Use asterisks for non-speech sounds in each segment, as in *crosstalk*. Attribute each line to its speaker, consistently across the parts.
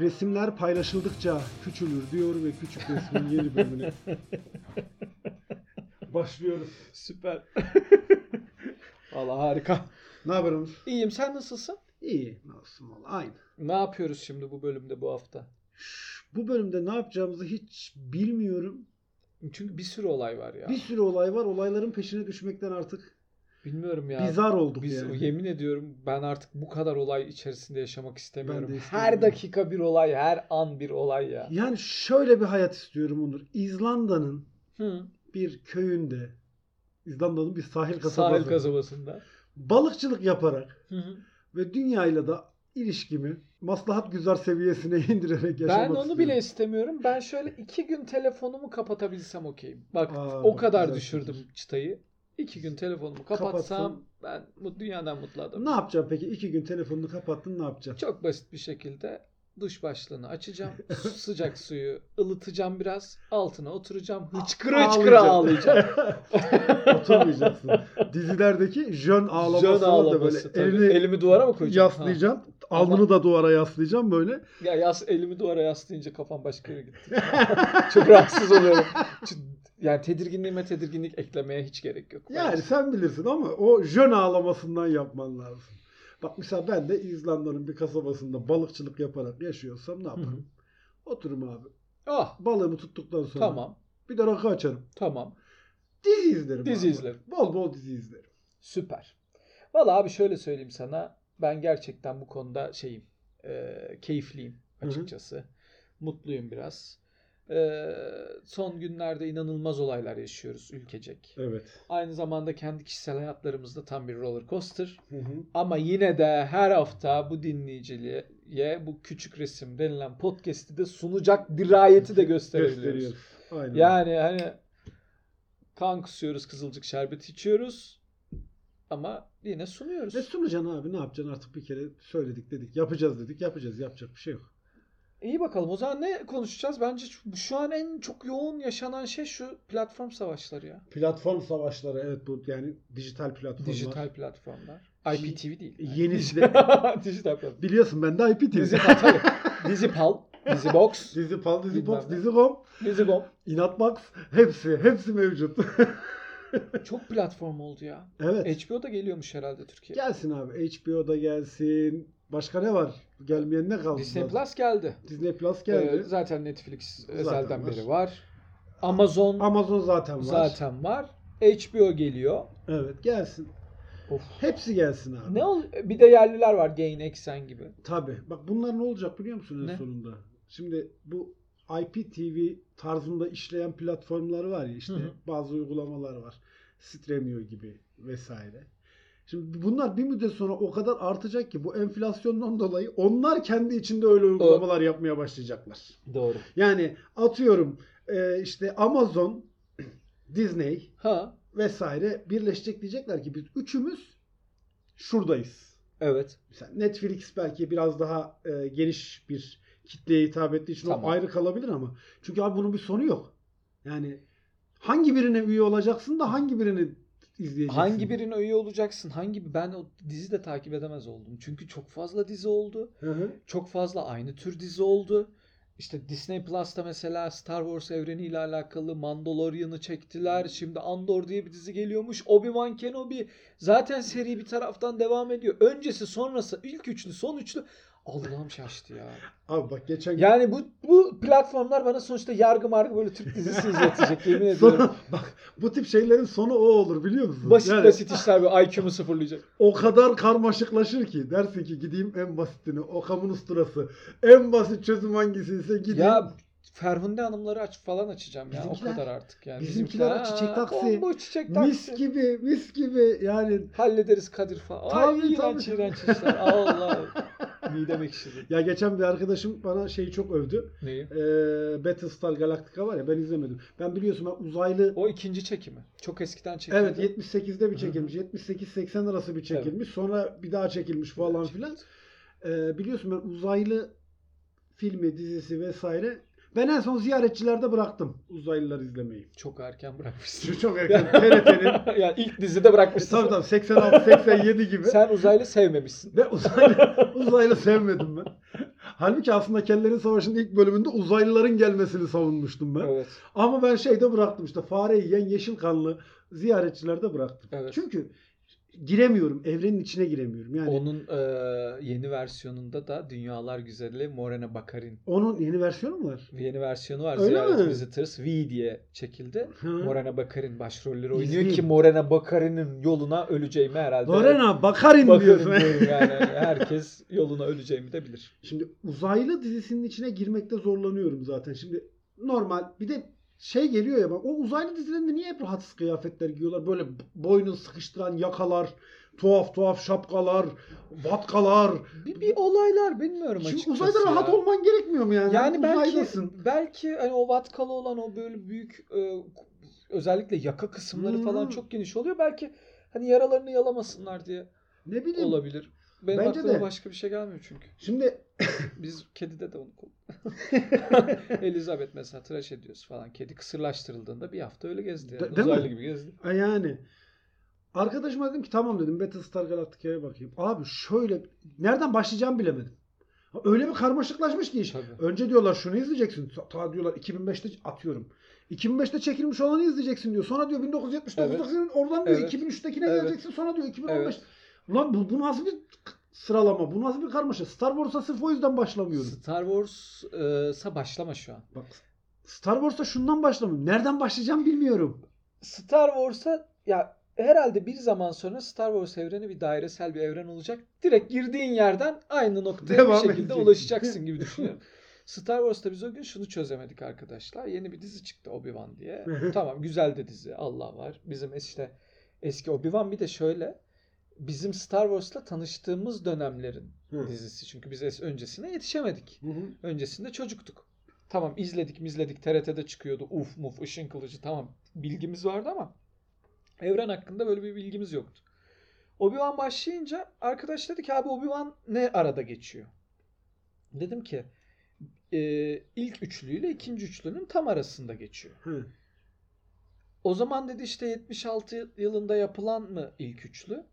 Speaker 1: Resimler paylaşıldıkça küçülür diyor ve küçük resmin yeni
Speaker 2: *laughs*
Speaker 1: bölümüne başlıyoruz.
Speaker 2: Süper. *laughs* Valla harika.
Speaker 1: Ne haber Onur?
Speaker 2: İyiyim sen nasılsın?
Speaker 1: İyi. Ne olsun valla aynı.
Speaker 2: Ne yapıyoruz şimdi bu bölümde bu hafta?
Speaker 1: Şş, Bu bölümde ne yapacağımızı hiç bilmiyorum.
Speaker 2: Çünkü bir sürü olay var ya.
Speaker 1: Bir sürü olay var. Olayların peşine düşmekten artık
Speaker 2: Bilmiyorum ya.
Speaker 1: bizar olduk
Speaker 2: Biz
Speaker 1: yani.
Speaker 2: yemin ediyorum ben artık bu kadar olay içerisinde yaşamak istemiyorum.
Speaker 1: Ben de istemiyorum.
Speaker 2: her dakika bir olay, her an bir olay ya.
Speaker 1: Yani şöyle bir hayat istiyorum Onur. İzlanda'nın
Speaker 2: Hı.
Speaker 1: bir köyünde İzlanda'nın bir sahil kasabası.
Speaker 2: Sahil kasabasında.
Speaker 1: Balıkçılık yaparak
Speaker 2: Hı hı.
Speaker 1: ve dünyayla da ilişkimi maslahat güzar seviyesine *laughs* indirerek yaşamak
Speaker 2: Ben onu
Speaker 1: istiyorum.
Speaker 2: bile istemiyorum. Ben şöyle iki gün telefonumu kapatabilsem okeyim. Bak
Speaker 1: Aa,
Speaker 2: o
Speaker 1: bak,
Speaker 2: kadar
Speaker 1: güzel
Speaker 2: düşürdüm
Speaker 1: fikir.
Speaker 2: çıtayı. İki gün telefonumu kapatsam
Speaker 1: Kapatsam.
Speaker 2: ben mut- dünyadan mutlu adamım.
Speaker 1: Ne yapacağım peki? İki gün telefonunu kapattın ne yapacaksın?
Speaker 2: Çok basit bir şekilde duş başlığını açacağım. su- sıcak suyu ılıtacağım biraz. Altına oturacağım. Hıçkıra hıçkıra
Speaker 1: *laughs*
Speaker 2: ağlayacağım.
Speaker 1: Oturmayacaksın. Dizilerdeki jön ağlaması,
Speaker 2: Can
Speaker 1: da
Speaker 2: ağlaması
Speaker 1: böyle
Speaker 2: tabii.
Speaker 1: elini
Speaker 2: elimi duvara mı koyacağım? Ha.
Speaker 1: yaslayacağım. Alnını da duvara yaslayacağım böyle.
Speaker 2: Ya yas, elimi duvara yaslayınca kafam başka yere gitti. *laughs* Çok rahatsız oluyorum. Çünkü- Yani tedirginliğime tedirginlik eklemeye hiç gerek yok.
Speaker 1: Yani
Speaker 2: Bence.
Speaker 1: sen bilirsin ama o jön ağlamasından yapman lazım. Bak mesela ben de İzlanda'nın bir kasabasında balıkçılık yaparak yaşıyorsam ne
Speaker 2: Hı hı.
Speaker 1: yaparım? Oturum abi.
Speaker 2: Ah
Speaker 1: Balığımı tuttuktan sonra
Speaker 2: tamam
Speaker 1: bir de rakı açarım.
Speaker 2: tamam
Speaker 1: Dizi izlerim.
Speaker 2: Dizi
Speaker 1: abi.
Speaker 2: izlerim.
Speaker 1: Bol bol dizi izlerim.
Speaker 2: süper. Valla abi şöyle söyleyeyim sana ben gerçekten bu konuda şeyim e, keyifliyim
Speaker 1: Hı hı.
Speaker 2: açıkçası. Mutluyum biraz. E, son günlerde inanılmaz olaylar yaşıyoruz ülkecek.
Speaker 1: Evet.
Speaker 2: Aynı zamanda kendi kişisel hayatlarımızda tam bir roller coaster.
Speaker 1: Hı hı.
Speaker 2: Ama yine de her hafta bu dinleyiciliğe bu küçük resim denilen podcast'i de sunacak
Speaker 1: *laughs*
Speaker 2: dirayeti de gösterebiliyoruz.
Speaker 1: Gösteriyoruz. Aynen.
Speaker 2: Yani hani kan kusuyoruz, kızılcık şerbeti içiyoruz ama yine sunuyoruz.
Speaker 1: Ne sunacaksın abi ne yapacaksın artık bir kere söyledik dedik. Yapacağız dedik yapacağız yapacak bir şey yok.
Speaker 2: İyi bakalım o zaman ne konuşacağız? Bence şu- şu an en çok yoğun yaşanan şey şu platform savaşları ya.
Speaker 1: Platform savaşları evet bu yani dijital platformlar.
Speaker 2: Dijital platformlar.
Speaker 1: Di-
Speaker 2: IPTV değil.
Speaker 1: Yenisi de-
Speaker 2: Dijital- *laughs* Dijital platform.
Speaker 1: Biliyorsun ben de IPTV. *laughs*
Speaker 2: Dizi
Speaker 1: Dizi,
Speaker 2: Patal, Dizi Pal, Dizi
Speaker 1: *laughs*
Speaker 2: Box,
Speaker 1: dizi pal, dizi
Speaker 2: Bilmem
Speaker 1: box,
Speaker 2: ne.
Speaker 1: dizi com.
Speaker 2: Dizi Gom.
Speaker 1: İnatbox hepsi hepsi mevcut. *laughs*
Speaker 2: Çok platform oldu ya.
Speaker 1: evet.
Speaker 2: HBO da geliyormuş herhalde Türkiye'ye.
Speaker 1: gelsin abi. HBO'da gelsin. Başka ne var? Gelmeyen ne kaldı?
Speaker 2: Disney
Speaker 1: zaten?
Speaker 2: Plus geldi.
Speaker 1: Disney Plus
Speaker 2: Ee,
Speaker 1: geldi.
Speaker 2: zaten Netflix
Speaker 1: Zaten
Speaker 2: özelden
Speaker 1: var.
Speaker 2: beri var. Amazon
Speaker 1: Amazon zaten var.
Speaker 2: zaten var. HBO geliyor.
Speaker 1: Evet gelsin.
Speaker 2: Of.
Speaker 1: Hepsi gelsin abi.
Speaker 2: Ne ol bir de yerliler var Gain Eksen gibi.
Speaker 1: Tabii. Bak bunlar ne olacak biliyor musun en
Speaker 2: Ne?
Speaker 1: sonunda? Şimdi bu IPTV tarzında işleyen platformlar var ya işte
Speaker 2: Hı hı.
Speaker 1: bazı uygulamalar var. Stremio gibi vesaire. Şimdi bunlar bir müddet sonra o kadar artacak ki bu enflasyondan dolayı onlar kendi içinde öyle uygulamalar yapmaya başlayacaklar.
Speaker 2: Doğru.
Speaker 1: Yani atıyorum e, işte Amazon, *clears throat* Disney
Speaker 2: Ha
Speaker 1: vesaire birleşecek diyecekler ki biz üçümüz şuradayız.
Speaker 2: evet.
Speaker 1: Mesela Netflix belki biraz daha e, geniş bir kitleye hitap ettiği için
Speaker 2: Tamam.
Speaker 1: o ayrı kalabilir ama çünkü abi bunun bir sonu yok. Yani hangi birine üye olacaksın da hangi birini izleyeceksin?
Speaker 2: Hangi birine üye olacaksın? Hangi bir- ben o dizi de takip edemez oldum. Çünkü çok fazla dizi oldu.
Speaker 1: Hı hı.
Speaker 2: Çok fazla aynı tür dizi oldu. İşte Disney Plus'ta mesela Star Wars evreniyle alakalı Mandalorian'ı çektiler. Şimdi Andor diye bir dizi geliyormuş. Obi-Wan Kenobi zaten seri bir taraftan devam ediyor. Öncesi, sonrası, ilk üçlü, son üçlü. Allah'ım şaştı ya.
Speaker 1: Abi bak geçen gün
Speaker 2: Yani bu bu platformlar bana sonuçta yargı margı böyle Türk
Speaker 1: *laughs*
Speaker 2: dizisi izletecek yemin ediyorum.
Speaker 1: sonu, bak bu tip şeylerin sonu o olur biliyor musun?
Speaker 2: Basit
Speaker 1: Yani
Speaker 2: basit işler bir IQ'mu sıfırlayacak.
Speaker 1: O kadar karmaşıklaşır ki dersin ki gideyim en basitini. Okamın usturası. En basit çözüm hangisi ise gideyim.
Speaker 2: Ya Ferhunde Hanımları aç falan açacağım ya
Speaker 1: Bizimkiler-
Speaker 2: o kadar artık yani.
Speaker 1: bizimkiler
Speaker 2: Bizimkiler,
Speaker 1: çiçek
Speaker 2: "Aa,
Speaker 1: taksi,
Speaker 2: bombo çiçek taksi.
Speaker 1: mis gibi mis gibi yani
Speaker 2: Hallederiz Kadir falan. Ay
Speaker 1: Tabii,
Speaker 2: iğrenç
Speaker 1: tabii.
Speaker 2: iğrenç işler.
Speaker 1: *laughs*
Speaker 2: Allah. Midem ekşidi.
Speaker 1: ya geçen bir arkadaşım bana şeyi çok övdü.
Speaker 2: Neyi?
Speaker 1: Ee, Battlestar Galactica var ya ben izlemedim. Ben biliyorsun ben uzaylı
Speaker 2: O ikinci çekimi. Çok eskiden çekildi.
Speaker 1: Evet 78'de bir çekilmiş. 78-80 arası bir çekilmiş. Sonra bir daha çekilmiş falan filan. Ee, biliyorsun ben uzaylı filmi, dizisi vesaire. Ben en son ziyaretçilerde bıraktım uzaylılar izlemeyi.
Speaker 2: Çok erken
Speaker 1: *laughs*
Speaker 2: bırakmışsın.
Speaker 1: Şu çok erken *laughs* TRT'nin
Speaker 2: *laughs* yani ilk dizide
Speaker 1: E,
Speaker 2: bırakmışsın.
Speaker 1: tabii tabii 86 87 gibi.
Speaker 2: Sen uzaylı
Speaker 1: *laughs*
Speaker 2: sevmemişsin.
Speaker 1: Ve uzaylı, uzaylı sevmedim ben. Halbuki aslında Kellerin Savaşı'nın ilk bölümünde uzaylıların gelmesini savunmuştum ben.
Speaker 2: Evet.
Speaker 1: Ama ben şeyde bıraktım işte fareyi yiyen yeşil kanlı ziyaretçilerde bıraktım.
Speaker 2: Evet.
Speaker 1: Çünkü giremiyorum. Evrenin içine giremiyorum. Yani
Speaker 2: Onun e, yeni versiyonunda da Dünyalar Güzeli Morena Bakarin
Speaker 1: onun yeni versiyonu mu var?
Speaker 2: yeni versiyonu var.
Speaker 1: Öyle
Speaker 2: Ziyaret
Speaker 1: mi?
Speaker 2: Visitors V diye çekildi.
Speaker 1: Ha.
Speaker 2: Morena Bakarin başrolleri oynuyor
Speaker 1: İzleyeyim.
Speaker 2: ki Morena Bakarin'in yoluna öleceğimi herhalde.
Speaker 1: Lorena Bakarin
Speaker 2: Bakarin
Speaker 1: diyorsun.
Speaker 2: diyorum yani. Herkes yoluna öleceğimi de bilir.
Speaker 1: *laughs* Şimdi uzaylı dizisinin içine girmekte zorlanıyorum zaten. Şimdi normal bir de şey geliyor ya bak o uzaylı dizilerinde niye hep rahatsız kıyafetler giyiyorlar? Böyle boynunu sıkıştıran yakalar, tuhaf tuhaf şapkalar, vatkalar.
Speaker 2: Bir, bir olaylar bilmiyorum
Speaker 1: Şimdi
Speaker 2: açıkçası.
Speaker 1: uzayda
Speaker 2: ya.
Speaker 1: rahat olman gerekmiyor mu yani?
Speaker 2: Yani belki
Speaker 1: Uzaydasın.
Speaker 2: belki hani o vatkalı olan o böyle büyük e, özellikle yaka kısımları
Speaker 1: Hmm.
Speaker 2: falan çok geniş oluyor. Belki hani yaralarını yalamasınlar diye
Speaker 1: Ne bileyim.
Speaker 2: olabilir. Benim
Speaker 1: Bence
Speaker 2: aklıma
Speaker 1: de.
Speaker 2: başka bir şey gelmiyor çünkü.
Speaker 1: Şimdi
Speaker 2: Biz kedide de onu *laughs* kullandık. Elizabeth mesela tıraş ediyoruz falan. Kedi kısırlaştırıldığında bir hafta öyle gezdi.
Speaker 1: De-
Speaker 2: Yani.
Speaker 1: değil mi?
Speaker 2: Uzaylı gibi gezdi.
Speaker 1: E Yani arkadaşıma dedim ki tamam dedim Battlestar Galactica'ya bakayım. Abi şöyle nereden başlayacağımı bilemedim. Ha, Öyle bir karmaşıklaşmış ki iş.
Speaker 2: Tabii.
Speaker 1: Önce diyorlar şunu izleyeceksin. Ta- Ta diyorlar 2005'te atıyorum. 2005'te çekilmiş olanı izleyeceksin diyor. Sonra diyor 1979'dakinin oradan diyor
Speaker 2: Evet.
Speaker 1: 2003'tekine
Speaker 2: Evet.
Speaker 1: geleceksin. Sonra diyor 2015.
Speaker 2: Evet.
Speaker 1: Ulan bu, bu nasıl bir k- sıralama? Bu nasıl bir karmaşa? Star Wars'a sırf o yüzden başlamıyorum.
Speaker 2: Star Wars'a başlama şu an.
Speaker 1: Bak Star Wars'a şundan başlamıyorum. Nereden başlayacağım bilmiyorum.
Speaker 2: Star Wars'a ya herhalde bir zaman sonra Star Wars evreni bir dairesel bir evren olacak. Direkt girdiğin yerden aynı noktaya
Speaker 1: Devam
Speaker 2: bir şekilde
Speaker 1: edeceksin.
Speaker 2: ulaşacaksın gibi düşünüyorum. Star Wars'ta biz o gün şunu çözemedik arkadaşlar. Yeni bir dizi çıktı Obi-Wan diye. tamam güzel de dizi. Allah var. Bizim işte eski Obi-Wan bir de şöyle. Bizim Star Wars'la tanıştığımız dönemlerin
Speaker 1: *laughs* Hı.
Speaker 2: dizisi. Çünkü biz es- öncesine yetişemedik.
Speaker 1: Hı hı.
Speaker 2: Öncesinde çocuktuk. Tamam izledik izledik TRT'de çıkıyordu. Uf muf ışın kılıcı tamam bilgimiz vardı ama evren hakkında böyle bir bilgimiz yoktu. Obi-Wan başlayınca arkadaş dedi ki abi Obi-Wan ne arada geçiyor? Dedim ki "E, ilk üçlüyle ikinci üçlünün tam arasında geçiyor.
Speaker 1: Hı.
Speaker 2: O zaman dedi işte 76 yılında yapılan mı ilk üçlü?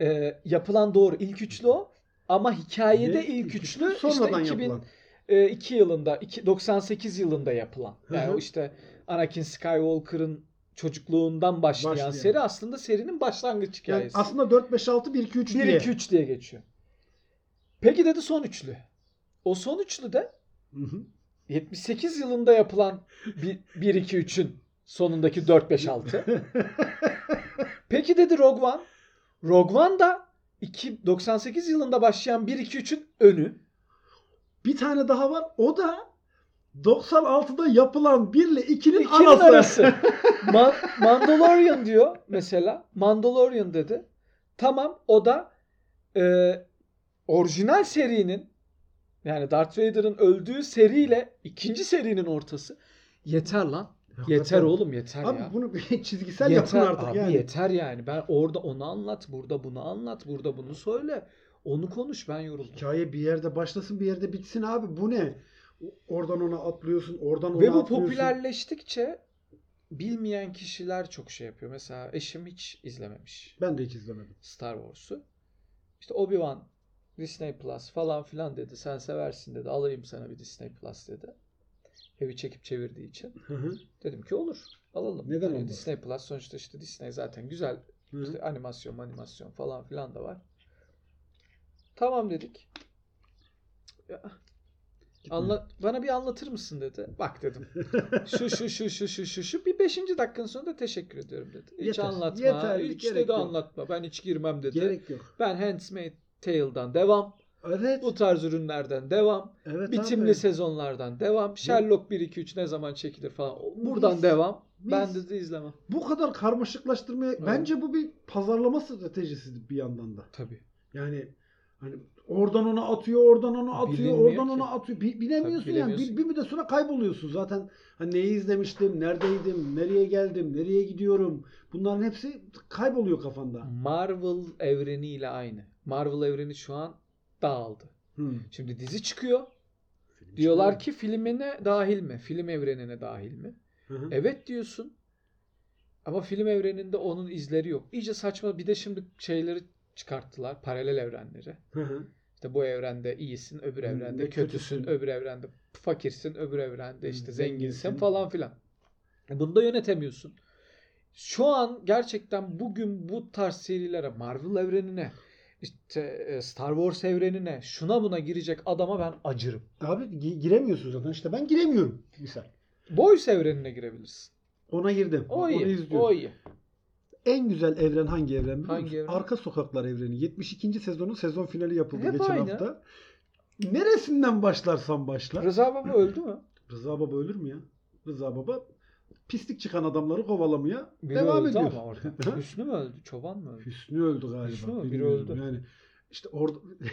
Speaker 2: E, yapılan doğru ilk üçlü o ama hikayede
Speaker 1: Ne?
Speaker 2: ilk üçlü
Speaker 1: sonradan
Speaker 2: işte 2000,
Speaker 1: yapılan.
Speaker 2: e, 2 yılında iki- 98 yılında yapılan.
Speaker 1: Hı
Speaker 2: Yani
Speaker 1: hı.
Speaker 2: o işte Anakin Skywalker'ın çocukluğundan başlayan,
Speaker 1: Başlayan.
Speaker 2: seri aslında serinin başlangıç
Speaker 1: Yani
Speaker 2: hikayesi.
Speaker 1: aslında 4 5 6 1 2 3
Speaker 2: 1
Speaker 1: diye.
Speaker 2: 2 3 diye geçiyor. Peki dedi son üçlü. O son üçlü de
Speaker 1: Hı hı.
Speaker 2: 78 yılında yapılan 1 2 3'ün sonundaki 4 5 6.
Speaker 1: *laughs*
Speaker 2: Peki dedi Rogue One. Rogue One da iki- 98 yılında başlayan 1 2 3'ün önü.
Speaker 1: bir tane daha var. O da 96'da yapılan 1 ile 2'nin
Speaker 2: İkinin
Speaker 1: arası.
Speaker 2: arası. Ma- Mandalorian diyor mesela. Mandalorian dedi. Tamam o da e, orijinal serinin yani Darth Vader'ın öldüğü seriyle ikinci serinin ortası. Yeter lan.
Speaker 1: Hakikaten.
Speaker 2: Yeter oğlum yeter
Speaker 1: Abi
Speaker 2: ya.
Speaker 1: bunu bir *laughs* çizgisel
Speaker 2: yeter
Speaker 1: yapın artık
Speaker 2: abi,
Speaker 1: yani.
Speaker 2: yeter yani. Ben orada onu anlat, burada bunu anlat, burada bunu söyle. Onu konuş ben yoruldum.
Speaker 1: Hikaye bir yerde başlasın bir yerde bitsin abi. Bu ne? O- Oradan ona atlıyorsun, oradan ona
Speaker 2: Ve bu
Speaker 1: atlıyorsun.
Speaker 2: popülerleştikçe bilmeyen kişiler çok şey yapıyor. Mesela eşim hiç izlememiş.
Speaker 1: Ben de hiç izlemedim.
Speaker 2: Star Wars'u. İşte Obi-Wan, Disney Plus falan filan dedi. Sen seversin dedi. Alayım sana bir Disney Plus dedi. Evi çekip çevirdiği için.
Speaker 1: Hı hı.
Speaker 2: Dedim ki olur. Alalım.
Speaker 1: Neden
Speaker 2: Hani
Speaker 1: olmaz?
Speaker 2: Disney Plus sonuçta işte Disney zaten güzel.
Speaker 1: Hı hı.
Speaker 2: İşte animasyon animasyon falan filan da var. Tamam dedik. Ya, anla, bana bir anlatır mısın dedi.
Speaker 1: *laughs*
Speaker 2: Bak dedim. şu şu şu şu şu şu şu bir 5. dakikanın sonunda teşekkür ediyorum dedi. Hiç
Speaker 1: Yeter,
Speaker 2: anlatma.
Speaker 1: yeter,
Speaker 2: hiç
Speaker 1: gerek
Speaker 2: dedi
Speaker 1: yok.
Speaker 2: anlatma. Ben hiç girmem dedi.
Speaker 1: Gerek yok.
Speaker 2: Ben Handmaid's Tale'dan devam.
Speaker 1: Evet.
Speaker 2: Bu tarz ürünlerden devam.
Speaker 1: evet
Speaker 2: Bitimli
Speaker 1: abi.
Speaker 2: sezonlardan devam. Sherlock 1 2 3 ne zaman çekilir falan. Buradan
Speaker 1: Mis,
Speaker 2: devam.
Speaker 1: mis.
Speaker 2: Ben de, de izlemem.
Speaker 1: Bu kadar karmaşıklaştırmaya bence bu bir pazarlama stratejisi bir yandan da.
Speaker 2: Tabii.
Speaker 1: Yani hani oradan ona atıyor, oradan ona atıyor,
Speaker 2: Bilinmiyor
Speaker 1: oradan
Speaker 2: ki.
Speaker 1: ona atıyor. Bi- bilemiyorsun
Speaker 2: Tabii,
Speaker 1: yani.
Speaker 2: bilemiyorsun.
Speaker 1: Bir, bir müddet sonra kayboluyorsun zaten. Hani neyi izlemiştim, neredeydim, nereye geldim, nereye gidiyorum. Bunların hepsi kayboluyor kafanda.
Speaker 2: Marvel evreniyle aynı. Marvel evreni şu an dağıldı.
Speaker 1: Hmm.
Speaker 2: Şimdi dizi çıkıyor. Diyorlar ki filmine dahil mi? Film evrenine dahil mi?
Speaker 1: Hı hı.
Speaker 2: Evet diyorsun. Ama film evreninde onun izleri yok. İyice saçma. Bir de şimdi şeyleri çıkarttılar. Paralel evrenleri.
Speaker 1: Hı hı.
Speaker 2: İşte İşte bu evrende iyisin, öbür
Speaker 1: Hmm,
Speaker 2: evrende
Speaker 1: ve
Speaker 2: kötüsün,
Speaker 1: kötüsün.
Speaker 2: öbür evrende fakirsin, öbür evrende
Speaker 1: Hmm,
Speaker 2: işte
Speaker 1: zenginsin.
Speaker 2: zenginsin, falan filan. E, Bunu da yönetemiyorsun. Şu an gerçekten bugün bu tarz serilere, Marvel evrenine, işte e, Star Wars evrenine, şuna buna girecek adama ben acırım.
Speaker 1: Abi gi- giremiyorsun zaten. İşte ben giremiyorum. Misal.
Speaker 2: Boys evrenine girebilirsin.
Speaker 1: Ona girdim.
Speaker 2: O
Speaker 1: Onu
Speaker 2: iyi,
Speaker 1: izliyorum.
Speaker 2: o iyi.
Speaker 1: En güzel evren hangi evren biliyor
Speaker 2: Hangi
Speaker 1: musun?
Speaker 2: evren?
Speaker 1: Arka Sokaklar evreni. 72. sezonun sezon finali yapıldı
Speaker 2: Hep
Speaker 1: geçen
Speaker 2: aynı.
Speaker 1: hafta. Neresinden başlarsan başla.
Speaker 2: Rıza Baba öldü mü?
Speaker 1: Rıza Baba ölür mü ya? Rıza Baba pislik çıkan adamları kovalamaya
Speaker 2: Biri
Speaker 1: devam
Speaker 2: öldü
Speaker 1: ediyor. *laughs*
Speaker 2: ama orada. Hüsnü mü öldü? Çoban mı öldü?
Speaker 1: Hüsnü öldü galiba.
Speaker 2: Hüsnü mü? Biri
Speaker 1: bilmiyorum.
Speaker 2: öldü.
Speaker 1: Yani işte orada *laughs*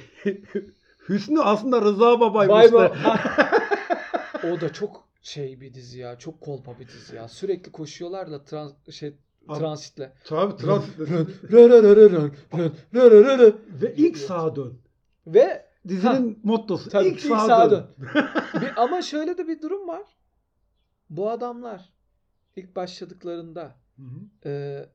Speaker 1: Hüsnü aslında Rıza Babaymış
Speaker 2: Bay
Speaker 1: da. *laughs*
Speaker 2: Bay- o da çok şey bir dizi ya. Çok kolpa bir dizi ya. Sürekli koşuyorlar da trans şey
Speaker 1: Abi-
Speaker 2: transitle.
Speaker 1: Tabii trans.
Speaker 2: Rön, rön, rön, rön, rön, rön, rön, rön, rön.
Speaker 1: Ve ilk sağa dön.
Speaker 2: *laughs* Ve
Speaker 1: Dizinin mottosu.
Speaker 2: tabii
Speaker 1: ilk
Speaker 2: ki ilk
Speaker 1: sağa,
Speaker 2: sağa
Speaker 1: dön.
Speaker 2: dön. Bir- ama şöyle de bir durum var. Bu adamlar ilk başladıklarında
Speaker 1: Hı hı.
Speaker 2: e,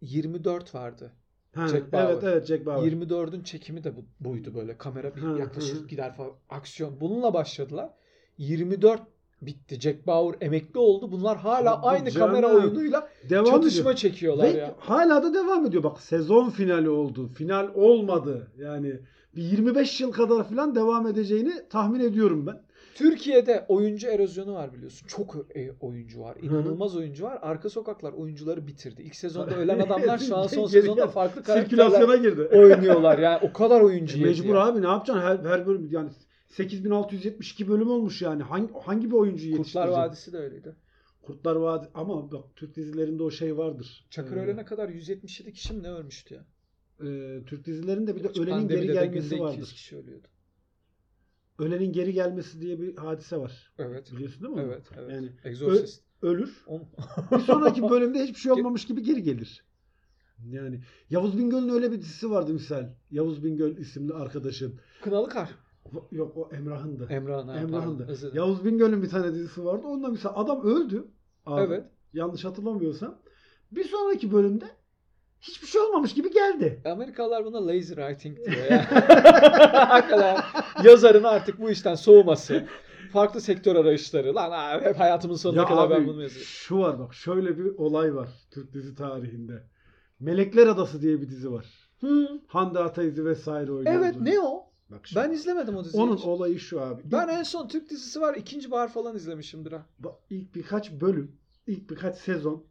Speaker 2: 24 vardı.
Speaker 1: Ha,
Speaker 2: Jack Bauer.
Speaker 1: evet evet Jack Bauer.
Speaker 2: 24'ün çekimi de bu, buydu böyle. Kamera
Speaker 1: Hı,
Speaker 2: bir yaklaşır
Speaker 1: hı.
Speaker 2: gider falan. Aksiyon. Bununla başladılar. 24 bitti. Jack Bauer emekli oldu. Bunlar hala
Speaker 1: Tabii
Speaker 2: aynı
Speaker 1: canım.
Speaker 2: kamera oyunuyla
Speaker 1: Devam
Speaker 2: çatışma
Speaker 1: ediyor.
Speaker 2: çekiyorlar
Speaker 1: Ve
Speaker 2: ya.
Speaker 1: hala da devam ediyor. Bak sezon finali oldu. Final olmadı. Yani bir 25 yıl kadar falan devam edeceğini tahmin ediyorum ben.
Speaker 2: Türkiye'de oyuncu erozyonu var biliyorsun. Çok ö- e, oyuncu var. İnanılmaz oyuncu var. Arka Sokaklar oyuncuları bitirdi. İlk
Speaker 1: *laughs*
Speaker 2: sezonda ölen adamlar şu an son
Speaker 1: Geri
Speaker 2: sezonda
Speaker 1: gel.
Speaker 2: farklı karakterler
Speaker 1: Sirkülasyona girdi.
Speaker 2: oynuyorlar. Yani o kadar oyuncu yedi
Speaker 1: E, Mecbur
Speaker 2: ya.
Speaker 1: abi ne yapacaksın? Her, her bölüm yani 8672 bölüm olmuş yani. Hangi, hangi bir oyuncu
Speaker 2: Kurtlar
Speaker 1: yetiştirecek?
Speaker 2: Vadisi de öyleydi.
Speaker 1: Kurtlar Vadisi. Ama bak Türk dizilerinde o şey vardır.
Speaker 2: Çakır
Speaker 1: Ee,
Speaker 2: ölene kadar 177 kişi mi ne ölmüştü ya?
Speaker 1: e, Türk dizilerinde bir de
Speaker 2: Hiç
Speaker 1: ölenin
Speaker 2: pandemide
Speaker 1: geri
Speaker 2: de
Speaker 1: gelmesi
Speaker 2: günde 200
Speaker 1: vardır.
Speaker 2: kişi ölüyordu.
Speaker 1: Ölenin geri gelmesi diye bir hadise var.
Speaker 2: Evet.
Speaker 1: Biliyorsun değil mi? onu?
Speaker 2: Evet, evet.
Speaker 1: Yani
Speaker 2: Exorcist.
Speaker 1: ölür.
Speaker 2: On- *laughs*
Speaker 1: Bir sonraki bölümde hiçbir şey olmamış gibi geri gelir. Yani Yavuz Bingöl'ün öyle bir dizisi vardı misal. Yavuz Bingöl isimli arkadaşın.
Speaker 2: Kınalı Kar.
Speaker 1: O- Yok o Emrah'ın da.
Speaker 2: Emrah'ın. ha,
Speaker 1: Emrah'ın
Speaker 2: pardon,
Speaker 1: da.
Speaker 2: özür dilerim.
Speaker 1: Yavuz Bingöl'ün bir tane dizisi vardı. Onda misal adam öldü. Abi,
Speaker 2: Evet.
Speaker 1: Yanlış hatırlamıyorsam. Bir sonraki bölümde hiçbir şey olmamış gibi geldi.
Speaker 2: Amerikalılar buna lazy writing diyor
Speaker 1: *laughs*
Speaker 2: ya. Hakikaten yazarın artık bu işten soğuması. Farklı sektör arayışları. Lan abi, hep hayatımın sonuna
Speaker 1: Ya
Speaker 2: kadar
Speaker 1: abi,
Speaker 2: ben bunu mu yazıyorum.
Speaker 1: Şu var bak şöyle bir olay var Türk dizi tarihinde. Melekler Adası diye bir dizi var.
Speaker 2: Hı,
Speaker 1: Hande Ataizi vesaire oynuyor.
Speaker 2: evet ne o?
Speaker 1: Bak şimdi.
Speaker 2: Ben izlemedim o diziyi.
Speaker 1: Onun
Speaker 2: hiç.
Speaker 1: olayı şu abi.
Speaker 2: Ben en son Türk dizisi var. ikinci bahar falan izlemişimdir ha.
Speaker 1: Ba- ilk birkaç bölüm, ilk birkaç sezon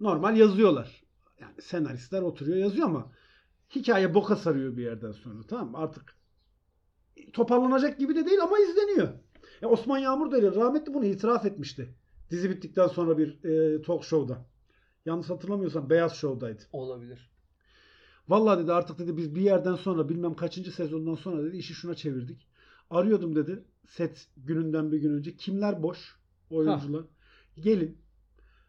Speaker 1: normal yazıyorlar. Yani senaristler oturuyor yazıyor ama hikaye boka sarıyor bir yerden sonra tamam mı? Artık toparlanacak gibi de değil ama izleniyor. Ya Osman Yağmur da öyle, rahmetli bunu itiraf etmişti. Dizi bittikten sonra bir e, talk show'da. Yanlış hatırlamıyorsam Beyaz Show'daydı.
Speaker 2: Olabilir.
Speaker 1: Vallahi dedi artık dedi biz bir yerden sonra bilmem kaçıncı sezondan sonra dedi işi şuna çevirdik. Arıyordum dedi set gününden bir gün önce. Kimler boş oyuncular? Gelin.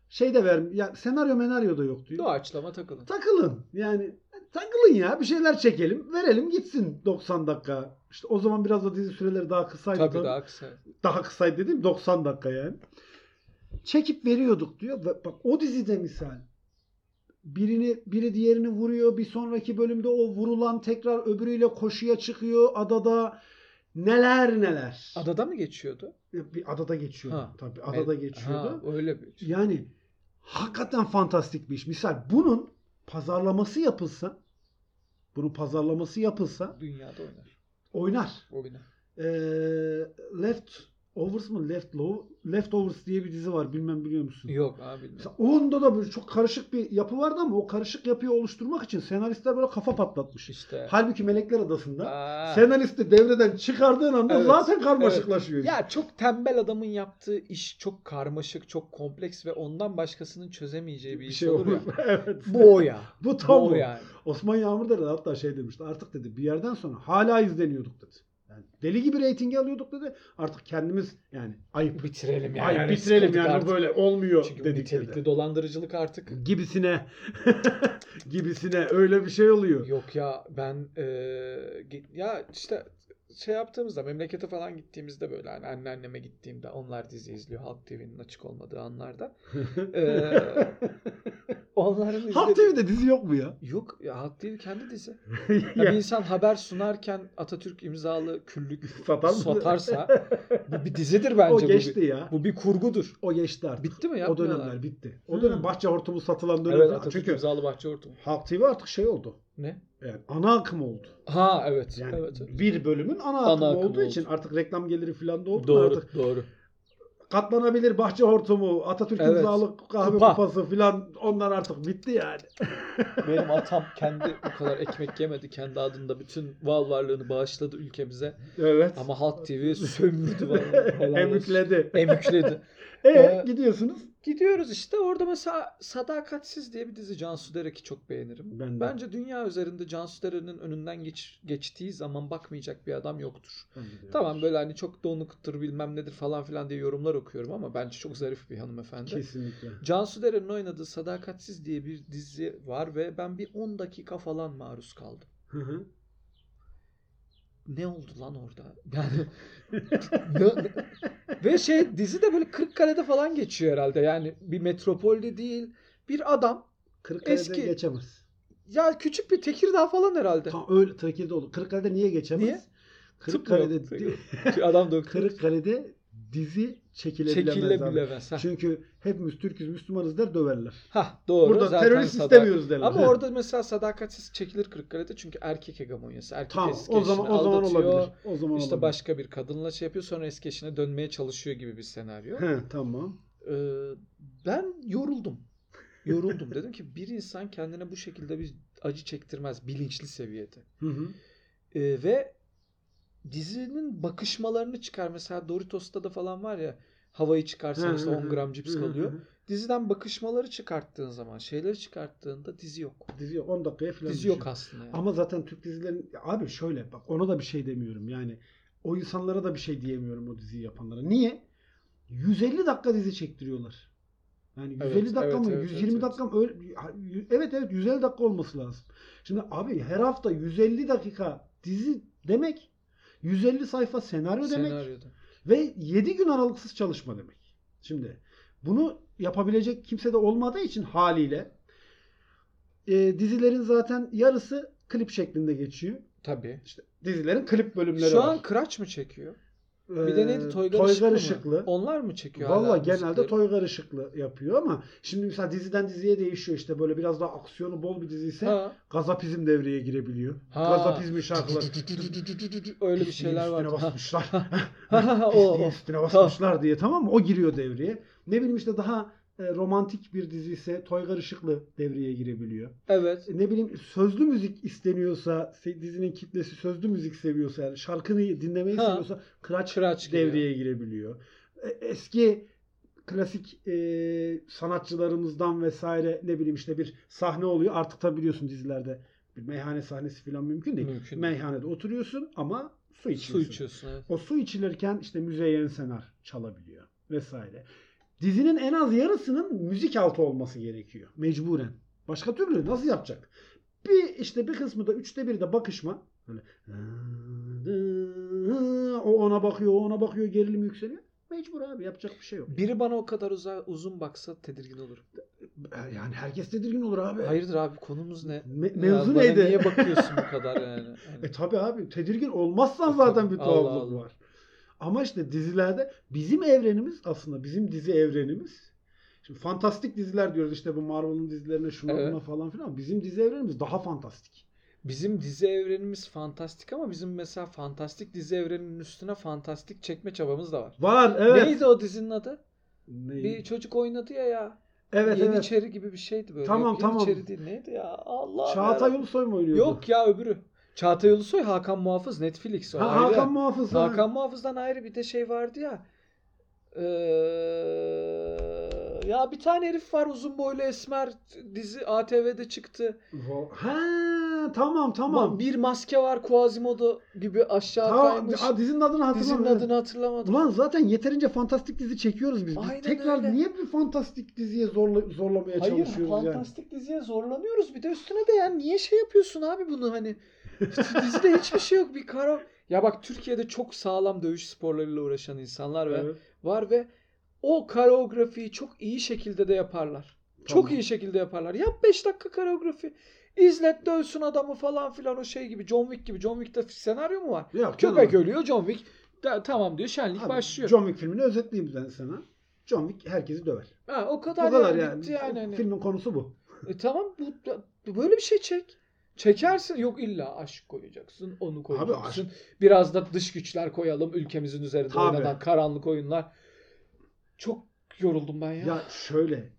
Speaker 1: Şey de ver ya senaryo menaryo da yok diyor.
Speaker 2: Doğaçlama takılın.
Speaker 1: Takılın yani takılın ya bir şeyler çekelim verelim gitsin 90 dakika. İşte o zaman biraz da dizi süreleri daha kısaydı.
Speaker 2: Tabii daha kısa.
Speaker 1: Daha kısaydı dedim 90 dakika yani. Çekip veriyorduk diyor. Ve Bak o dizide misal birini biri diğerini vuruyor. Bir sonraki bölümde o vurulan tekrar öbürüyle koşuya çıkıyor adada. Neler neler.
Speaker 2: Adada mı geçiyordu?
Speaker 1: bir adada geçiyor.
Speaker 2: Ha.
Speaker 1: Tabii adada geçiyordu.
Speaker 2: Ha, öyle bir. şey.
Speaker 1: Yani hakikaten fantastik bir iş. Misal bunun pazarlaması yapılsa bunun pazarlaması yapılsa
Speaker 2: Dünyada oynar.
Speaker 1: oynar.
Speaker 2: O güne.
Speaker 1: Ee, Left Overs mı? Left Low. Leftovers diye bir dizi var. Bilmem biliyor musun?
Speaker 2: Yok abi. bilmiyorum.
Speaker 1: Mesela onda da böyle çok karışık bir yapı vardı ama o karışık yapıyı oluşturmak için senaristler böyle kafa patlatmış.
Speaker 2: İşte.
Speaker 1: Halbuki Melekler Adası'nda
Speaker 2: Aa.
Speaker 1: senaristi devreden çıkardığın anda
Speaker 2: Evet.
Speaker 1: zaten karmaşıklaşıyor. iş.
Speaker 2: Ya çok tembel adamın yaptığı iş çok karmaşık, çok kompleks ve ondan başkasının çözemeyeceği bir,
Speaker 1: bir
Speaker 2: iş
Speaker 1: şey
Speaker 2: olur
Speaker 1: olur.
Speaker 2: ya.
Speaker 1: *laughs* evet.
Speaker 2: Bu o
Speaker 1: *laughs*
Speaker 2: ya.
Speaker 1: Bu
Speaker 2: Bu
Speaker 1: tam
Speaker 2: o
Speaker 1: o.
Speaker 2: yani.
Speaker 1: Osman Yağmur da hatta şey demişti. Artık dedi bir yerden sonra hala izleniyorduk dedi. Yani deli gibi reytingi alıyorduk dedi. Artık kendimiz yani ayıp.
Speaker 2: Bitirelim yani.
Speaker 1: Ayıp
Speaker 2: Yani
Speaker 1: bitirelim
Speaker 2: sıkıldık
Speaker 1: yani
Speaker 2: artık.
Speaker 1: bu böyle olmuyor
Speaker 2: Çünkü bu
Speaker 1: dedik
Speaker 2: nitelikli
Speaker 1: dedi.
Speaker 2: dolandırıcılık artık.
Speaker 1: Gibisine. *laughs* Gibisine öyle bir şey oluyor.
Speaker 2: Yok ya ben eee, ge- ya işte şey yaptığımızda memlekete falan gittiğimizde böyle hani
Speaker 1: *laughs*
Speaker 2: anneanneme gittiğimde onlar dizi izliyor Halk TV'nin açık olmadığı anlarda. Eee, Onların
Speaker 1: Halk
Speaker 2: izledi.
Speaker 1: TV'de dizi yok mu ya?
Speaker 2: Yok ya Halk TV kendi dizi. Ya bir
Speaker 1: *laughs* Ya,
Speaker 2: insan haber sunarken Atatürk imzalı küllük
Speaker 1: Satar mı?
Speaker 2: satarsa bu bir dizidir
Speaker 1: *laughs*
Speaker 2: bence.
Speaker 1: o
Speaker 2: bu
Speaker 1: geçti
Speaker 2: bir,
Speaker 1: ya.
Speaker 2: bu bir kurgudur.
Speaker 1: O geçti artık.
Speaker 2: Bitti mi ya?
Speaker 1: o dönemler bitti. O dönem
Speaker 2: Hmm.
Speaker 1: bahçe hortumu satılan dönem.
Speaker 2: Evet Atatürk
Speaker 1: Çünkü
Speaker 2: imzalı bahçe hortumu.
Speaker 1: Halk TV artık şey oldu.
Speaker 2: Ne?
Speaker 1: Yani ana akım oldu.
Speaker 2: Ha evet.
Speaker 1: Yani
Speaker 2: evet. evet.
Speaker 1: bir bölümün ana,
Speaker 2: Ana
Speaker 1: akımı
Speaker 2: akımı
Speaker 1: olduğu
Speaker 2: oldu.
Speaker 1: için artık reklam geliri falan da oldu.
Speaker 2: Doğru
Speaker 1: Artık
Speaker 2: doğru.
Speaker 1: katlanabilir bahçe hortumu, Atatürk
Speaker 2: Evet.
Speaker 1: imzalı kahve
Speaker 2: Kupa.
Speaker 1: kupası filan onlar artık bitti yani.
Speaker 2: Benim atam kendi bu kadar ekmek yemedi. Kendi adında bütün mal varlığını bağışladı ülkemize.
Speaker 1: Evet. *laughs*
Speaker 2: Ama Halk TV sömürdü vallahi. Helal olsun.
Speaker 1: Emükledi.
Speaker 2: Emükledi.
Speaker 1: E,
Speaker 2: Ee,
Speaker 1: gidiyorsunuz.
Speaker 2: Gidiyoruz işte orada mesela Sadakatsiz diye bir dizi Cansu Derek'i çok beğenirim.
Speaker 1: Ben de.
Speaker 2: Bence dünya üzerinde Cansu Deren'in önünden geç, geçtiği zaman bakmayacak bir adam yoktur. Tamam böyle hani çok donuktur bilmem nedir falan filan diye yorumlar okuyorum ama bence çok zarif bir hanımefendi.
Speaker 1: Kesinlikle.
Speaker 2: Cansu Deren'in oynadığı Sadakatsiz diye bir dizi var ve ben bir 10 dakika falan maruz kaldım.
Speaker 1: Hı hı.
Speaker 2: Ne oldu lan orada? *laughs* Yani ne- ne- ve şey dizi de böyle Kırıkkale'de falan geçiyor herhalde. Yani bir metropolde değil. Bir adam
Speaker 1: Kırıkkale'de
Speaker 2: Eski-
Speaker 1: geçemez.
Speaker 2: ya küçük bir Tekirdağ falan herhalde.
Speaker 1: Tam öyle Türkiye'de olur. Kırıkkale'de niye geçemez?
Speaker 2: Niye?
Speaker 1: Kırıkkale'de,
Speaker 2: Tıp mı adam doktor.
Speaker 1: Kırıkkale'de dizi çekilebilemez. abi.
Speaker 2: Çekilebilemez. Ha.
Speaker 1: Çünkü hepimiz Türk'üz, Müslümanız der döverler.
Speaker 2: Hah, doğru.
Speaker 1: Burada
Speaker 2: Zaten
Speaker 1: terörist
Speaker 2: sadak-
Speaker 1: istemiyoruz derler.
Speaker 2: Ama orada mesela sadakatsiz çekilir Kırıkkale'de çünkü erkek hegemonyası. Erkek
Speaker 1: tamam
Speaker 2: eski
Speaker 1: o zaman
Speaker 2: eşini
Speaker 1: o zaman
Speaker 2: aldatıyor.
Speaker 1: olabilir. O zaman
Speaker 2: İşte
Speaker 1: olabilir.
Speaker 2: başka bir kadınla şey yapıyor sonra eski eşine dönmeye çalışıyor gibi bir senaryo.
Speaker 1: He, tamam.
Speaker 2: Ee, ben yoruldum. Yoruldum. *laughs* Dedim ki bir insan kendine bu şekilde bir acı çektirmez bilinçli seviyede.
Speaker 1: Hı hı.
Speaker 2: Ee, ve dizinin bakışmalarını çıkar. Mesela Doritos'ta da falan var ya havayı çıkarsan işte 10 gram cips kalıyor. Diziden bakışmaları çıkarttığın zaman, şeyleri çıkarttığında dizi yok.
Speaker 1: Dizi yok. 10 dakikaya falan.
Speaker 2: Dizi
Speaker 1: düşüyor.
Speaker 2: yok aslında yani.
Speaker 1: Ama zaten Türk dizilerin Ya abi şöyle bak ona da bir şey demiyorum yani. O insanlara da bir şey diyemiyorum o diziyi yapanlara. Niye? 150 dakika dizi çektiriyorlar. Yani 150
Speaker 2: Evet,
Speaker 1: dakika
Speaker 2: evet,
Speaker 1: mı?
Speaker 2: evet,
Speaker 1: 120
Speaker 2: evet,
Speaker 1: dakika mı? Öyle- Ha, y- evet evet 150 dakika olması lazım. Şimdi abi her hafta 150 dakika dizi demek 150 sayfa senaryo, demek
Speaker 2: Senaryoda.
Speaker 1: ve 7 gün aralıksız çalışma demek. Şimdi bunu yapabilecek kimse de olmadığı için haliyle e, dizilerin zaten yarısı klip şeklinde geçiyor.
Speaker 2: Tabii.
Speaker 1: İşte dizilerin klip bölümleri
Speaker 2: Şu
Speaker 1: var. Ee,
Speaker 2: an Kıraç mı çekiyor? Bir de neydi? Toygar, Işıklı, mı? Onlar mı çekiyor? hala
Speaker 1: Valla genelde
Speaker 2: müzikleri?
Speaker 1: Toygar Işıklı yapıyor ama şimdi mesela diziden diziye değişiyor işte böyle biraz daha aksiyonu bol bir diziyse
Speaker 2: Ha.
Speaker 1: Gazapizm devreye girebiliyor.
Speaker 2: Ha.
Speaker 1: Gazapizmin
Speaker 2: *laughs*
Speaker 1: şarkıları.
Speaker 2: Öyle bir
Speaker 1: Pisliğin
Speaker 2: şeyler var.
Speaker 1: üstüne
Speaker 2: Ha.
Speaker 1: basmışlar.
Speaker 2: *laughs* Ha, o,
Speaker 1: Pisliğin
Speaker 2: o.
Speaker 1: üstüne basmışlar diye tamam mı? O giriyor devreye. Ne bileyim işte daha e, romantik bir dizi ise Toygar Işıklı devreye girebiliyor. E,
Speaker 2: Evet.
Speaker 1: Ne bileyim sözlü müzik isteniyorsa se- dizinin kitlesi sözlü müzik seviyorsa yani şarkını dinlemeyi
Speaker 2: Ha.
Speaker 1: seviyorsa Kıraç,
Speaker 2: Kıraç giriyor.
Speaker 1: devreye girebiliyor. E, Eski klasik e, sanatçılarımızdan vesaire ne bileyim işte bir sahne oluyor. Artık tabi biliyorsun dizilerde bir meyhane sahnesi falan mümkün değil.
Speaker 2: Mümkün.
Speaker 1: Meyhanede oturuyorsun ama su
Speaker 2: Su
Speaker 1: içiyorsun.
Speaker 2: içiyorsun. evet.
Speaker 1: O su içilirken işte Müzeyyen Senar çalabiliyor vesaire. Dizinin en az yarısının müzik altı olması gerekiyor. Mecburen. Başka türlü nasıl yapacak? Bir işte bir kısmı da üçte bir de bakışma. Böyle o ona bakıyor, o ona bakıyor, gerilim yükseliyor. Mecbur abi yapacak bir şey yok.
Speaker 2: Biri bana o kadar uza- uzun baksa tedirgin olurum.
Speaker 1: Yani herkes tedirgin olur abi.
Speaker 2: Hayırdır abi konumuz ne?
Speaker 1: Me-
Speaker 2: Ya
Speaker 1: mevzu
Speaker 2: bana
Speaker 1: neydi?
Speaker 2: Niye bakıyorsun bu
Speaker 1: *laughs*
Speaker 2: kadar yani? Hani-
Speaker 1: E tabi abi tedirgin olmazsan
Speaker 2: E
Speaker 1: zaten
Speaker 2: tabii,
Speaker 1: bir
Speaker 2: *laughs* Allah
Speaker 1: tuhaflık
Speaker 2: Allah.
Speaker 1: var. Ama işte dizilerde bizim evrenimiz aslında bizim dizi evrenimiz. Şimdi fantastik diziler diyoruz işte bu Marvel'ın dizilerine şuna
Speaker 2: Evet.
Speaker 1: buna falan filan. Bizim dizi evrenimiz daha fantastik.
Speaker 2: Bizim dizi evrenimiz fantastik ama bizim mesela fantastik dizi evreninin üstüne fantastik çekme çabamız da var.
Speaker 1: Var evet.
Speaker 2: Neydi o dizinin adı?
Speaker 1: Neyi?
Speaker 2: Bir çocuk oynadı ya ya.
Speaker 1: evet evet.
Speaker 2: Yeniçeri gibi bir şeydi böyle.
Speaker 1: Tamam,
Speaker 2: Yok,
Speaker 1: tamam.
Speaker 2: Yeniçeri değil. Neydi ya? Allah
Speaker 1: Çağatay
Speaker 2: yarabbim.
Speaker 1: Ulusoy mu oynuyordu?
Speaker 2: Yok ya öbürü. Çağatay Ulusoy, Hakan Muhafız, Netflix o.
Speaker 1: Ha,
Speaker 2: ayrı.
Speaker 1: Hakan Muhafız. ha.
Speaker 2: Hakan Muhafız'dan ayrı bir de şey vardı ya. Ee, ya bir tane herif var uzun boylu esmer dizi ATV'de çıktı.
Speaker 1: Va- Ha tamam tamam.
Speaker 2: Bir maske var Quasimodo gibi aşağı
Speaker 1: Ta,
Speaker 2: kaymış.
Speaker 1: a, dizinin adını hatırlamıyorum.
Speaker 2: Dizinin adını hatırlamadım.
Speaker 1: Ulan zaten yeterince fantastik dizi çekiyoruz biz. Biz
Speaker 2: Aynen
Speaker 1: tekrar
Speaker 2: öyle.
Speaker 1: niye bir fantastik diziye zorla, zorlamaya
Speaker 2: Hayır
Speaker 1: çalışıyoruz yani?
Speaker 2: fantastik diziye zorlanıyoruz. Bir de üstüne de yani niye şey yapıyorsun abi bunu hani.
Speaker 1: *laughs*
Speaker 2: İşte dizide hiçbir şey yok. Bir kara... Ya bak Türkiye'de çok sağlam dövüş sporlarıyla uğraşan insanlar ve-
Speaker 1: Evet.
Speaker 2: var ve o koreografiyi çok iyi şekilde de yaparlar. Çok iyi şekilde yaparlar. Yap 5 dakika koreografi. İzlet dövsün adamı falan filan o şey gibi. John Wick gibi. John Wick'te senaryo mu var?
Speaker 1: Yok, canım.
Speaker 2: Köpek ölüyor John Wick. Da- tamam diyor şenlik
Speaker 1: Abi,
Speaker 2: başlıyor.
Speaker 1: John Wick filmini özetleyeyim ben sana. John Wick herkesi döver.
Speaker 2: Ha, o kadar,
Speaker 1: O kadar
Speaker 2: yani,
Speaker 1: yani.
Speaker 2: bitti yani. hani.
Speaker 1: Filmin konusu bu.
Speaker 2: E, tamam bu bu- böyle bir şey çek. Çekersin. Yok illa aşk koyacaksın. Onu koyacaksın. Biraz da dış güçler koyalım. Ülkemizin üzerinde
Speaker 1: Tabii.
Speaker 2: oynanan karanlık oyunlar. Çok yoruldum ben ya.
Speaker 1: Ya şöyle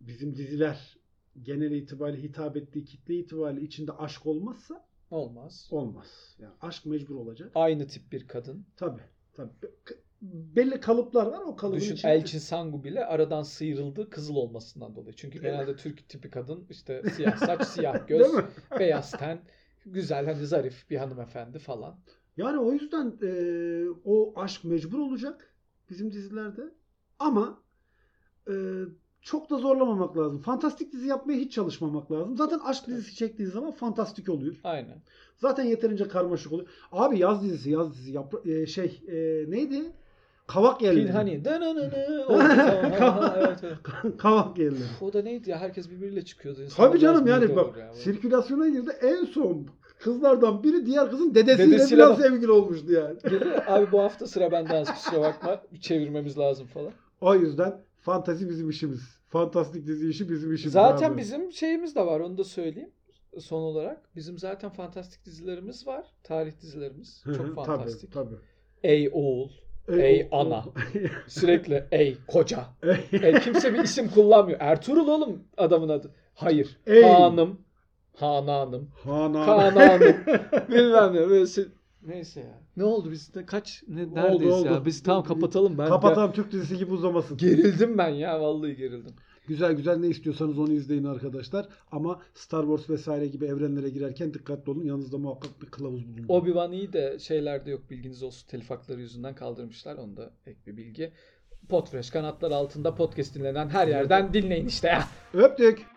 Speaker 1: bizim diziler genel itibariyle hitap ettiği kitle itibariyle içinde aşk olmazsa
Speaker 2: Olmaz.
Speaker 1: olmaz. Yani aşk mecbur olacak.
Speaker 2: Aynı tip bir kadın.
Speaker 1: Tabii. Tabii. K- Belli kalıplar var o kalıbın
Speaker 2: Düşün
Speaker 1: içinde.
Speaker 2: Elçin Sangu bile aradan sıyrıldı kızıl olmasından dolayı. Çünkü genelde Türk tipi kadın işte
Speaker 1: *laughs*
Speaker 2: siyah saç, siyah göz,
Speaker 1: Değil mi?
Speaker 2: beyaz ten, güzel hani zarif bir hanımefendi falan.
Speaker 1: Yani o yüzden eee, o aşk mecbur olacak bizim dizilerde. Ama eee, çok da zorlamamak lazım. Fantastik dizi yapmaya hiç çalışmamak lazım. Zaten aşk dizisi çektiğin zaman fantastik oluyor.
Speaker 2: Aynen.
Speaker 1: Zaten yeterince karmaşık oluyor. Abi yaz dizisi, yaz dizisi. Yapra- eee, şey eee, neydi? Kavak geldi.
Speaker 2: Pinhani. Dananana. hani, Oldu, tamam. Ha, evet, evet.
Speaker 1: *laughs* Kavak geldi.
Speaker 2: Uf, O da neydi ya? Herkes birbiriyle çıkıyordu. İnsanlar
Speaker 1: Tabii canım
Speaker 2: biraz
Speaker 1: yani
Speaker 2: bilgi
Speaker 1: bak
Speaker 2: olur ya.
Speaker 1: sirkülasyona girdi. En son kızlardan biri diğer kızın dedesiyle,
Speaker 2: Dedesiyle
Speaker 1: biraz
Speaker 2: bak.
Speaker 1: sevgili olmuştu yani.
Speaker 2: Dedi, Abi bu hafta sıra benden az kusura bakma. Çevirmemiz lazım falan.
Speaker 1: O yüzden fantazi bizim işimiz. Fantastik dizi işi bizim işimiz.
Speaker 2: Zaten
Speaker 1: abi.
Speaker 2: bizim şeyimiz de var onu da söyleyeyim. Son olarak bizim zaten fantastik dizilerimiz var. Tarih dizilerimiz.
Speaker 1: Hı hı,
Speaker 2: Çok fantastik.
Speaker 1: Tabii,
Speaker 2: Ey oğul.
Speaker 1: tabii.
Speaker 2: Ey ana. Sürekli *laughs* ey koca.
Speaker 1: *laughs* Ey-
Speaker 2: E, kimse bir isim kullanmıyor. Ertuğrul oğlum adamın adı. Hayır.
Speaker 1: Ey.
Speaker 2: Hanım. Hananım.
Speaker 1: Han ana.
Speaker 2: Kananım. Bilmem ne. Böyle şey- Neyse ya. Ne oldu biz de kaç ne,
Speaker 1: Oldu,
Speaker 2: neredeyiz
Speaker 1: oldu.
Speaker 2: ya? Biz tamam kapatalım ben. ya-
Speaker 1: Kapatalım Türk dizisi gibi uzamasın.
Speaker 2: Gerildim ben ya vallahi gerildim.
Speaker 1: Güzel güzel ne istiyorsanız onu izleyin arkadaşlar. Ama Star Wars vesaire gibi evrenlere girerken dikkatli olun. Yanınızda muhakkak bir kılavuz bulun.
Speaker 2: Obi-Wan iyi de şeylerde yok bilginiz olsun. Telif hakları yüzünden kaldırmışlar. Onu da ek bir bilgi. Potfresh kanatlar altında podcast dinlenen her yerden dinleyin işte ya.
Speaker 1: Öptük.